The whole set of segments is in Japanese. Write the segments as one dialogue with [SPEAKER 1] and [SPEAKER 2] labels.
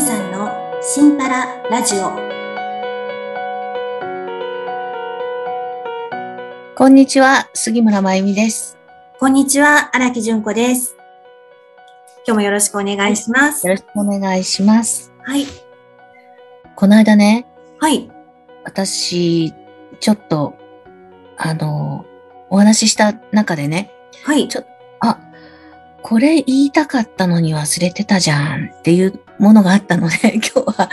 [SPEAKER 1] さんのシンパララジオ。
[SPEAKER 2] こんにちは、杉村真由美です。
[SPEAKER 1] こんにちは、荒木純子です。今日もよろしくお願いします。
[SPEAKER 2] よろしくお願いします。
[SPEAKER 1] はい。
[SPEAKER 2] この間ね、
[SPEAKER 1] はい。
[SPEAKER 2] 私、ちょっと、あの、お話しした中でね、
[SPEAKER 1] はい。
[SPEAKER 2] ちょあ、これ言いたかったのに忘れてたじゃんっていうものがあったので、 今日は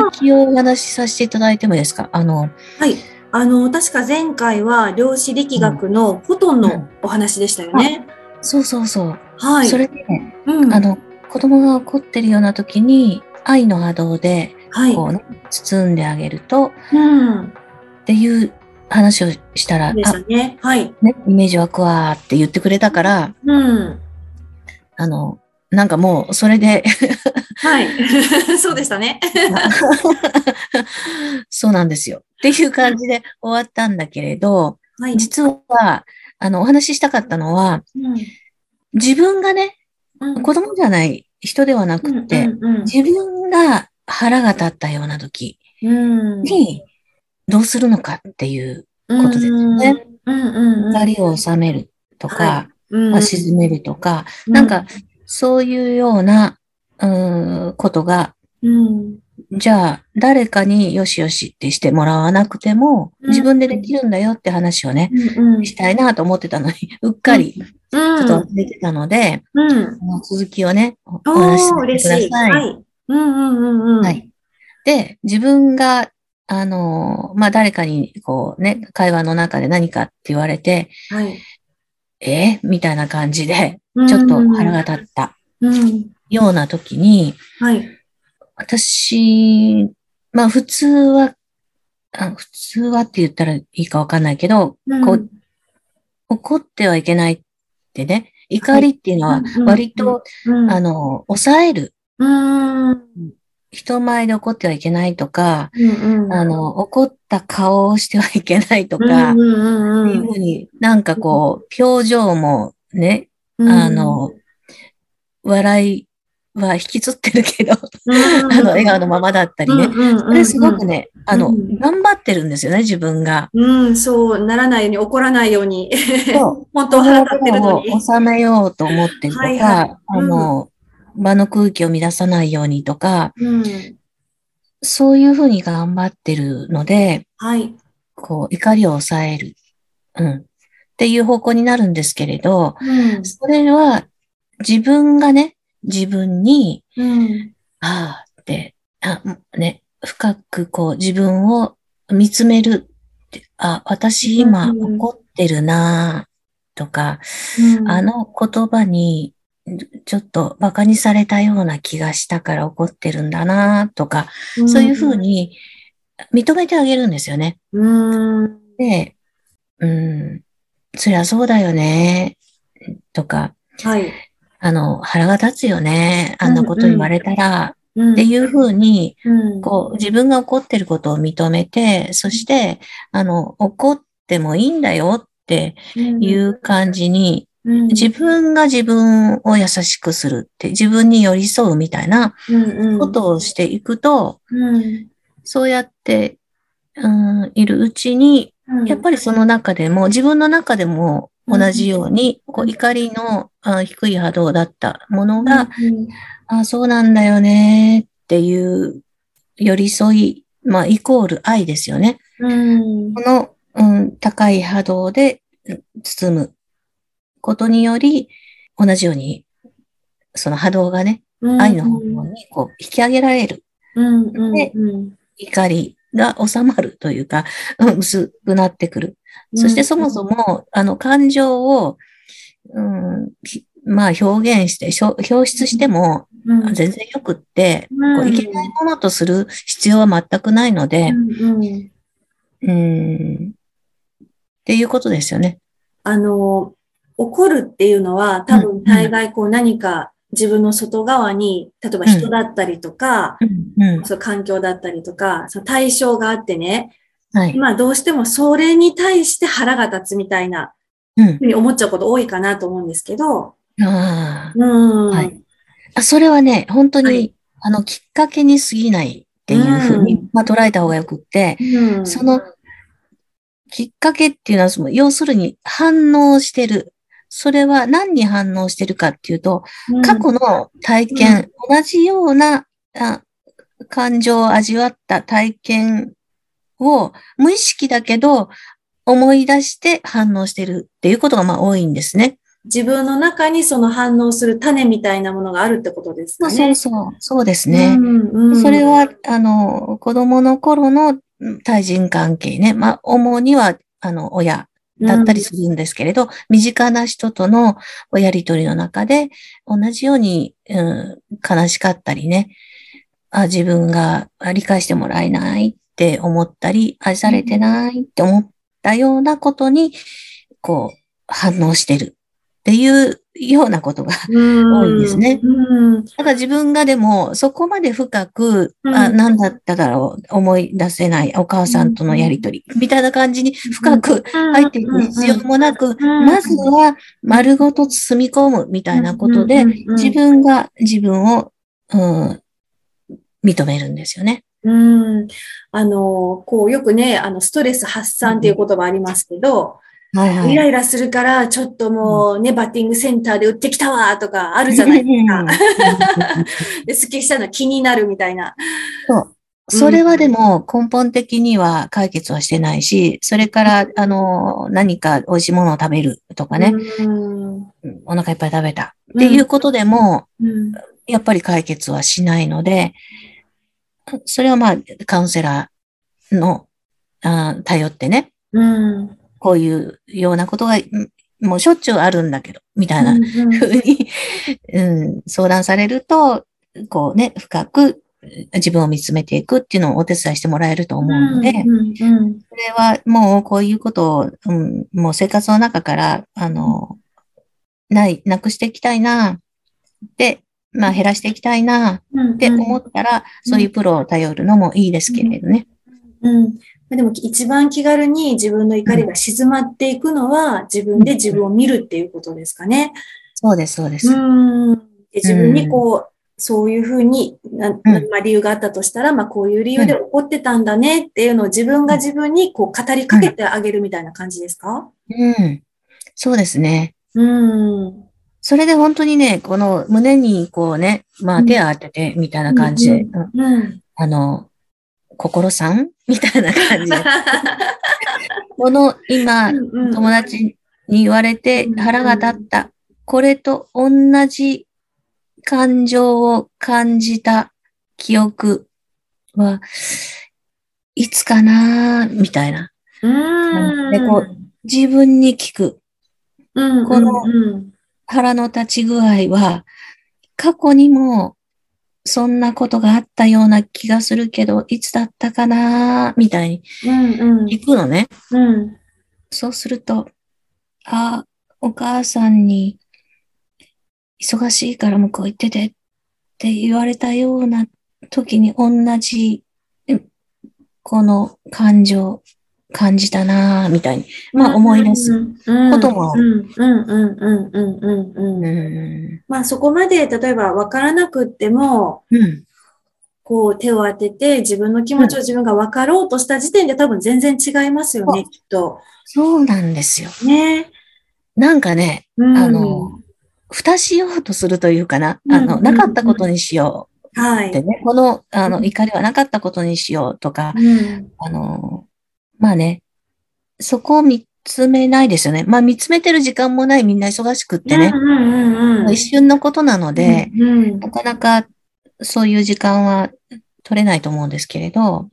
[SPEAKER 2] 続きをお話しさせていただいてもいいですかあの、
[SPEAKER 1] はい。あの、確か前回は量子力学のフォトン
[SPEAKER 2] う
[SPEAKER 1] の
[SPEAKER 2] ん
[SPEAKER 1] お話でしたよね。
[SPEAKER 2] そうそうそう。
[SPEAKER 1] はい。
[SPEAKER 2] それで、ね
[SPEAKER 1] うん。
[SPEAKER 2] あの、子供が怒ってるような時に、愛の波動で、
[SPEAKER 1] はい。
[SPEAKER 2] こうね、包んであげると、
[SPEAKER 1] うん。
[SPEAKER 2] っていう話をしたら、
[SPEAKER 1] でし
[SPEAKER 2] あ
[SPEAKER 1] た、ね。はい。
[SPEAKER 2] ね、イメージ湧くわーって言ってくれたから、
[SPEAKER 1] うん。
[SPEAKER 2] あの、なんかもうそれで、
[SPEAKER 1] はい。 そうでしたね。
[SPEAKER 2] そうなんですよ。っていう感じで終わったんだけれど、
[SPEAKER 1] はい。
[SPEAKER 2] 実は、あの、お話ししたかったのは、
[SPEAKER 1] うん
[SPEAKER 2] 自分がね、
[SPEAKER 1] うん
[SPEAKER 2] 子供じゃない人ではなくって、
[SPEAKER 1] うんうん
[SPEAKER 2] 自分が腹が立ったような時
[SPEAKER 1] うん
[SPEAKER 2] に、どうするのかっていう、ことですよね。
[SPEAKER 1] うんうんうん。
[SPEAKER 2] 怒りを収めるとか、
[SPEAKER 1] うん
[SPEAKER 2] まあ沈めるとか、なんか、、そういうような、うーん、ことが、
[SPEAKER 1] うん。
[SPEAKER 2] じゃあ、誰かによしよしってしてもらわなくても、
[SPEAKER 1] うん
[SPEAKER 2] 自分でできるんだよって話をね、
[SPEAKER 1] うんうん。
[SPEAKER 2] したいなと思ってたのに、うっかり、ち
[SPEAKER 1] う
[SPEAKER 2] ょ
[SPEAKER 1] ん
[SPEAKER 2] っと忘れてたので、
[SPEAKER 1] うん。
[SPEAKER 2] この続きをね、おお話し
[SPEAKER 1] お
[SPEAKER 2] さ
[SPEAKER 1] ー、嬉
[SPEAKER 2] せてくだ
[SPEAKER 1] しい。
[SPEAKER 2] さい。
[SPEAKER 1] はい。うんうんうんうん。
[SPEAKER 2] はい。で、自分が、あのー、まあ、誰かに、こうね、会話の中で何かって言われて、
[SPEAKER 1] はい。
[SPEAKER 2] えみたいな感じで、ちょっと腹が立った
[SPEAKER 1] うんうん。
[SPEAKER 2] ような時に、
[SPEAKER 1] はい。
[SPEAKER 2] 私、まあ普通は、あ普通はって言ったらいいかわかんないけど、
[SPEAKER 1] うん
[SPEAKER 2] こう怒ってはいけないってね、怒りっていうのは
[SPEAKER 1] うん
[SPEAKER 2] 割と、、
[SPEAKER 1] うん
[SPEAKER 2] あ、の、抑える。
[SPEAKER 1] うん。うん
[SPEAKER 2] 人前で怒ってはいけないとか、
[SPEAKER 1] うん。
[SPEAKER 2] あの、怒った顔をしてはいけないと
[SPEAKER 1] うんう
[SPEAKER 2] か、
[SPEAKER 1] ん
[SPEAKER 2] って
[SPEAKER 1] うん
[SPEAKER 2] いううんふうになんかこう、表情もね、
[SPEAKER 1] うん
[SPEAKER 2] あの、笑いは引きつってるけど、
[SPEAKER 1] うん
[SPEAKER 2] あ
[SPEAKER 1] うん
[SPEAKER 2] の、笑顔のままだったりね。
[SPEAKER 1] うんうんうんうん
[SPEAKER 2] これすごくね、あの、
[SPEAKER 1] うん
[SPEAKER 2] 頑張ってるんですよね、自分が。
[SPEAKER 1] うん、そう、ならないように、怒らないよう に。
[SPEAKER 2] そう。
[SPEAKER 1] 本当は腹立ってるのに。
[SPEAKER 2] 収めようと思ってるとか、
[SPEAKER 1] はいはい
[SPEAKER 2] あの、場の空気を乱さないようにとか、
[SPEAKER 1] うん。
[SPEAKER 2] そういうふうに頑張ってるので、
[SPEAKER 1] はい。
[SPEAKER 2] こう、怒りを抑える。うん。っていう方向になるんですけれど、
[SPEAKER 1] うん。
[SPEAKER 2] それは自分がね、自分に、
[SPEAKER 1] うん。
[SPEAKER 2] ああって、あ、ね、深くこう自分を見つめるって。あ、私今
[SPEAKER 1] うんうん
[SPEAKER 2] 怒ってるなぁとか、
[SPEAKER 1] うん
[SPEAKER 2] あ、の言葉にちょっと馬鹿にされたような気がしたから怒ってるんだなぁとか、そういうふうに認めてあげるんですよね。
[SPEAKER 1] うん。うん。
[SPEAKER 2] で、うん、そりゃそうだよねとか、
[SPEAKER 1] はい。
[SPEAKER 2] あの、腹が立つよね。あんなこと言われたら、
[SPEAKER 1] っ
[SPEAKER 2] っていうふうに、
[SPEAKER 1] うん、
[SPEAKER 2] こう、自分が怒ってることを認めて、そして、あの、怒ってもいいんだよって
[SPEAKER 1] うん
[SPEAKER 2] いう感じに、
[SPEAKER 1] うん
[SPEAKER 2] 自分が自分を優しくするって、自分に寄り添うみたいな
[SPEAKER 1] うんうん
[SPEAKER 2] ことをしていくと、
[SPEAKER 1] うん
[SPEAKER 2] そうやって、うん、いるうちに、
[SPEAKER 1] うん
[SPEAKER 2] やっぱりその中でも、自分の中でも同じように、こう怒りのあ低い波動だったものが、
[SPEAKER 1] うん
[SPEAKER 2] あ、そうなんだよねっていう寄り添い、まあ、イコール愛ですよね。
[SPEAKER 1] うん
[SPEAKER 2] この、うん、高い波動でうん包むことにより、同じように、その波動がね、
[SPEAKER 1] うん
[SPEAKER 2] 愛の方向にこう引き上げられる。
[SPEAKER 1] うんうん
[SPEAKER 2] で
[SPEAKER 1] うん
[SPEAKER 2] 怒りが収まるというか、うん薄くなってくる。そしてそもそも、あの、感情を、うん、ひまあ、表現して、しょ表出しても、
[SPEAKER 1] うんうん
[SPEAKER 2] 全然よくって、
[SPEAKER 1] うん
[SPEAKER 2] こういけないものとする必要は全くないので、
[SPEAKER 1] うんうん
[SPEAKER 2] うーん、っていうことですよね。
[SPEAKER 1] あの怒るっていうのは多
[SPEAKER 2] うんう
[SPEAKER 1] 分
[SPEAKER 2] ん
[SPEAKER 1] 大概こう何か自分の外側に例えば人だったりとか、
[SPEAKER 2] うん、
[SPEAKER 1] そう環境だったりとかその対象があってね
[SPEAKER 2] はい。
[SPEAKER 1] 今どうしてもそれに対して腹が立つみたいな
[SPEAKER 2] うん
[SPEAKER 1] ふうに思っちゃうこと多いかなと思うんですけど、
[SPEAKER 2] あー
[SPEAKER 1] うん
[SPEAKER 2] はいあ、それはね、本当
[SPEAKER 1] は
[SPEAKER 2] に
[SPEAKER 1] い
[SPEAKER 2] あの、きっかけに過ぎないっていうふう
[SPEAKER 1] う
[SPEAKER 2] に、まあ、捉えた方がよくって、
[SPEAKER 1] うん
[SPEAKER 2] その、きっかけっていうのはその、要するに反応してる。それは何に反応してるかっていうと、過去の体験、同じようなあ感情を味わった体験を無意識だけど思い出して反応してるっていうことがまあ多いんですね。
[SPEAKER 1] 自分の中にその反応する種みたいなものがあるってことです
[SPEAKER 2] そ
[SPEAKER 1] か
[SPEAKER 2] う
[SPEAKER 1] ね。
[SPEAKER 2] そうそう。そうですね。
[SPEAKER 1] うんうん
[SPEAKER 2] それは、あの、子供の頃のうん対人関係ね。まあ、主には、あの、親だったりするんですけれど、身近な人とのおやりとりの中で、同じように、うん、悲しかったりね、あ自分があ理解してもらえないって思ったり、愛されてないって思ったようなことに、こう、反応してるっていうようなことが
[SPEAKER 1] うん
[SPEAKER 2] 多いですね
[SPEAKER 1] うん
[SPEAKER 2] ただ自分がでも、そこまで深く、あ、
[SPEAKER 1] うん
[SPEAKER 2] 何だっただろう、思い出せない、お母さんとのやりとり、みたいな感じに深く入っていく必要もなく、
[SPEAKER 1] うん
[SPEAKER 2] まずは丸ごと包み込むみたいなことで
[SPEAKER 1] うんうんうん、うん
[SPEAKER 2] 自分が自分を、うん、認めるんですよね。
[SPEAKER 1] うん、あの、こう、よくね、あの、ストレス発散っていう言葉ありますけど、
[SPEAKER 2] はいは
[SPEAKER 1] イラ
[SPEAKER 2] い。
[SPEAKER 1] イラするから、ちょっともうね、バッティングセンターで打ってきたわとかあるじゃ ないですか。で、スッキリしたの気になるみたいな。
[SPEAKER 2] そう。それはでも根本的には解決はしてないし、それから、あの、何か美味しいものを食べるとかね、
[SPEAKER 1] うん。
[SPEAKER 2] お腹いっぱい食べたっていうことでも、
[SPEAKER 1] うん。
[SPEAKER 2] やっぱり解決はしないので、それはまあ、カウンセラーの、あー頼ってね、
[SPEAKER 1] うん。
[SPEAKER 2] こういうようなことが、うんもうしょっちゅうあるんだけど、みたいなふうに、うん、相談されると、こうね、深く自分を見つめていくっていうのをお手伝いしてもらえると思うので、
[SPEAKER 1] うんうん
[SPEAKER 2] それはもうこういうことを、うん、もう生活の中から、あの、ない、なくしていきたいな、で、まあ減らしていきたいな、
[SPEAKER 1] うん
[SPEAKER 2] って思ったら、そういうプロを頼るのもいいですけれどね。
[SPEAKER 1] うん。でも一番気軽に自分の怒りが静まっていくのは自分で自分を見るっていうことですかね。
[SPEAKER 2] そうです、そうです。
[SPEAKER 1] うん。で自分にこう、そういうふうに、なまあ、理由があったとしたら、まあこういう理由で怒ってたんだねっていうのを自分が自分にこう語りかけてあげるみたいな感じですか
[SPEAKER 2] うん。そうですね。
[SPEAKER 1] うん。
[SPEAKER 2] それで本当にね、この胸にこうね、
[SPEAKER 1] う
[SPEAKER 2] まあ
[SPEAKER 1] ん
[SPEAKER 2] 手を当てて、みたいな感じで、
[SPEAKER 1] う
[SPEAKER 2] うん
[SPEAKER 1] うん。
[SPEAKER 2] あの、心さんみたいな感 じで。この今、友達に言われて
[SPEAKER 1] うん
[SPEAKER 2] 腹が立った。これと同じ感情を感じた記憶は、いつかなみたいな。
[SPEAKER 1] うん。
[SPEAKER 2] でこ自分に聞く
[SPEAKER 1] うん。
[SPEAKER 2] この腹の立ち具合は、過去にもそんなことがあったような気がするけど、いつだったかなみたいに
[SPEAKER 1] うん。うん。
[SPEAKER 2] 聞くのね。
[SPEAKER 1] うん。
[SPEAKER 2] そうすると、あ、お母さんに、忙しいから向こう行っててって言われたような時に同じ、うんこの感情、感じたなぁ、みたいに。まあ思い出す。こともあ
[SPEAKER 1] うんうんうんうんうんう
[SPEAKER 2] うん
[SPEAKER 1] うん。
[SPEAKER 2] ん。
[SPEAKER 1] まあそこまで例えば分からなくっても、
[SPEAKER 2] うん。
[SPEAKER 1] こう手を当てて自分の気持ちを自分が分かろうとした時点で多分全然違いますよね、きっと。
[SPEAKER 2] そうなんですよ。
[SPEAKER 1] ね。
[SPEAKER 2] なんかね、
[SPEAKER 1] うん
[SPEAKER 2] あの、、蓋しようとするというかな。あ
[SPEAKER 1] う
[SPEAKER 2] の、
[SPEAKER 1] んうんうん
[SPEAKER 2] なかったことにしよ
[SPEAKER 1] は
[SPEAKER 2] うって
[SPEAKER 1] い。
[SPEAKER 2] ね。この、あ
[SPEAKER 1] う
[SPEAKER 2] の、
[SPEAKER 1] ん
[SPEAKER 2] 怒りはなかったことにしようとか、
[SPEAKER 1] うん
[SPEAKER 2] あの、まあね、そこを見つめないですよね。まあ見つめてる時間もない、みんな忙しくってね
[SPEAKER 1] う、んうんうんうん。
[SPEAKER 2] 一瞬のことなので、
[SPEAKER 1] うん
[SPEAKER 2] なかなかそういう時間は取れないと思うんですけれど、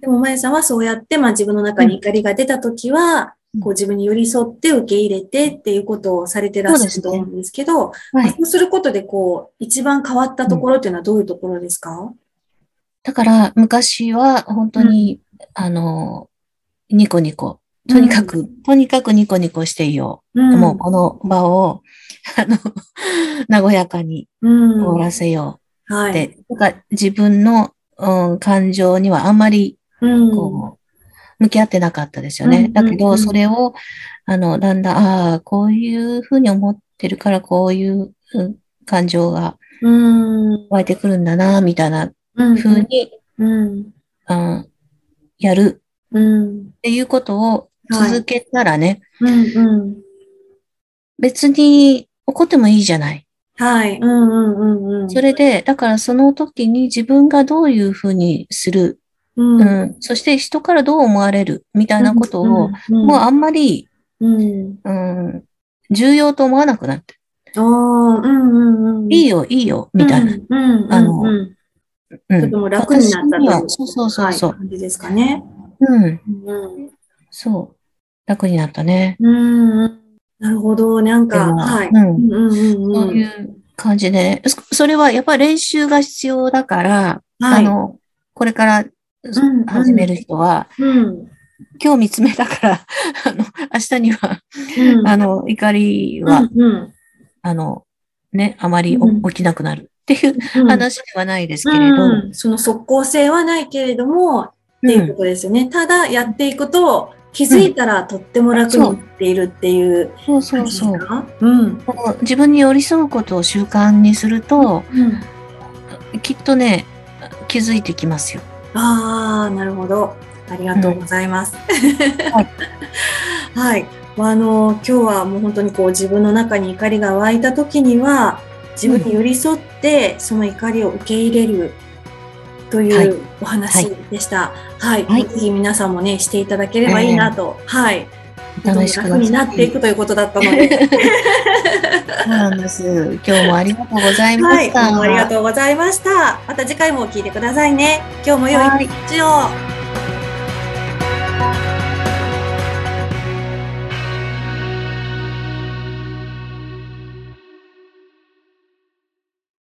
[SPEAKER 1] でも、まゆさんはそうやって、まあ自分の中に怒りが出たときは、
[SPEAKER 2] うん
[SPEAKER 1] こう自分に寄り添って受け入れてっていうことをされてらっしゃると思うんですけど、
[SPEAKER 2] は
[SPEAKER 1] まあ
[SPEAKER 2] い
[SPEAKER 1] そ。うすることで、こう、一番変わったところっていうのはどういうところですか
[SPEAKER 2] だから昔は本当に、あの、ニコニコ、とにかく、とにかくニコニコしていよ
[SPEAKER 1] う
[SPEAKER 2] う。
[SPEAKER 1] ん、
[SPEAKER 2] もうこの場を、 あの、和やかに
[SPEAKER 1] うん、
[SPEAKER 2] 終わらせよ
[SPEAKER 1] は
[SPEAKER 2] う
[SPEAKER 1] い。
[SPEAKER 2] って、なんか自分の、うん、感情にはあんまり
[SPEAKER 1] うん、
[SPEAKER 2] こう、向き合ってなかったですよ
[SPEAKER 1] うんうんう
[SPEAKER 2] ね。
[SPEAKER 1] ん
[SPEAKER 2] だけど、それを、あの、だんだん、ああ、こういうふうに思ってるから、こういううん感情が
[SPEAKER 1] うん。
[SPEAKER 2] 湧いてくるんだな、みたいな
[SPEAKER 1] うん。
[SPEAKER 2] 風に、
[SPEAKER 1] うん。
[SPEAKER 2] うん、やる
[SPEAKER 1] うん。
[SPEAKER 2] っていうことを続けたらね、
[SPEAKER 1] うん。うん。
[SPEAKER 2] 別に怒ってもいいじゃない。
[SPEAKER 1] はい。うんうんうんうん。
[SPEAKER 2] それで、だからその時に自分がどういうふうにする、
[SPEAKER 1] うん、う
[SPEAKER 2] う
[SPEAKER 1] ん
[SPEAKER 2] ん、そして人からどう思われるみたいなことを、、もうあんまり、
[SPEAKER 1] うん、うん。
[SPEAKER 2] うん、重要と思わなくなって、
[SPEAKER 1] ああ、うんうんうん。
[SPEAKER 2] いい
[SPEAKER 1] よ、
[SPEAKER 2] よ、いいよ、みたいな。
[SPEAKER 1] うんうんうん、
[SPEAKER 2] あの
[SPEAKER 1] うん
[SPEAKER 2] うん
[SPEAKER 1] とても楽になったと
[SPEAKER 2] 私に
[SPEAKER 1] いう
[SPEAKER 2] はそうそうそうそう、
[SPEAKER 1] はい感じですかね。
[SPEAKER 2] うん、
[SPEAKER 1] うん。
[SPEAKER 2] そう。楽になったね。
[SPEAKER 1] うんうん。なるほど。なん
[SPEAKER 2] で
[SPEAKER 1] か、
[SPEAKER 2] も
[SPEAKER 1] はい。
[SPEAKER 2] うん
[SPEAKER 1] うんうんうん
[SPEAKER 2] そう
[SPEAKER 1] うん。
[SPEAKER 2] いう感じで、そそれはやっぱり練習が必要だから、
[SPEAKER 1] は
[SPEAKER 2] あ
[SPEAKER 1] い。
[SPEAKER 2] の、これから
[SPEAKER 1] んうん
[SPEAKER 2] 始める人は、
[SPEAKER 1] うん。
[SPEAKER 2] 今日見つめたから、 あの、明日には、
[SPEAKER 1] うん
[SPEAKER 2] あの、怒りは、
[SPEAKER 1] うんうん
[SPEAKER 2] あの、ね、あまり
[SPEAKER 1] うん
[SPEAKER 2] お起きなくなるっていう
[SPEAKER 1] うん
[SPEAKER 2] 話ではないですけれど、
[SPEAKER 1] うんその即効性はないけれども、っていうことですよね。ただ、やっていくと、気づいたらとっても楽になっているっていう
[SPEAKER 2] そうそ
[SPEAKER 1] 感
[SPEAKER 2] う
[SPEAKER 1] じです
[SPEAKER 2] そう。
[SPEAKER 1] かうん。
[SPEAKER 2] こう自分に寄り添うことを習慣にすると、
[SPEAKER 1] うん。
[SPEAKER 2] きっとね、気づいてきますよ。
[SPEAKER 1] ああ、なるほど。ありがとうございます。
[SPEAKER 2] はい
[SPEAKER 1] はい。まああの、今日はもう本当にこう自分の中に怒りが湧いた時には、自分に寄り添って、その怒りを受け入れると
[SPEAKER 2] はいいう
[SPEAKER 1] お話でした。はい。
[SPEAKER 2] はい
[SPEAKER 1] ぜひ皆さんもね、していただければいいなと。はい。
[SPEAKER 2] お試しくださ
[SPEAKER 1] 楽
[SPEAKER 2] い
[SPEAKER 1] になっていくということだったので。
[SPEAKER 2] そうなんです。今日もありがとうございま
[SPEAKER 1] は
[SPEAKER 2] し
[SPEAKER 1] い。
[SPEAKER 2] た。
[SPEAKER 1] どうもありがとうございました。また次回も聞いてくださいね。今日も良い一日を。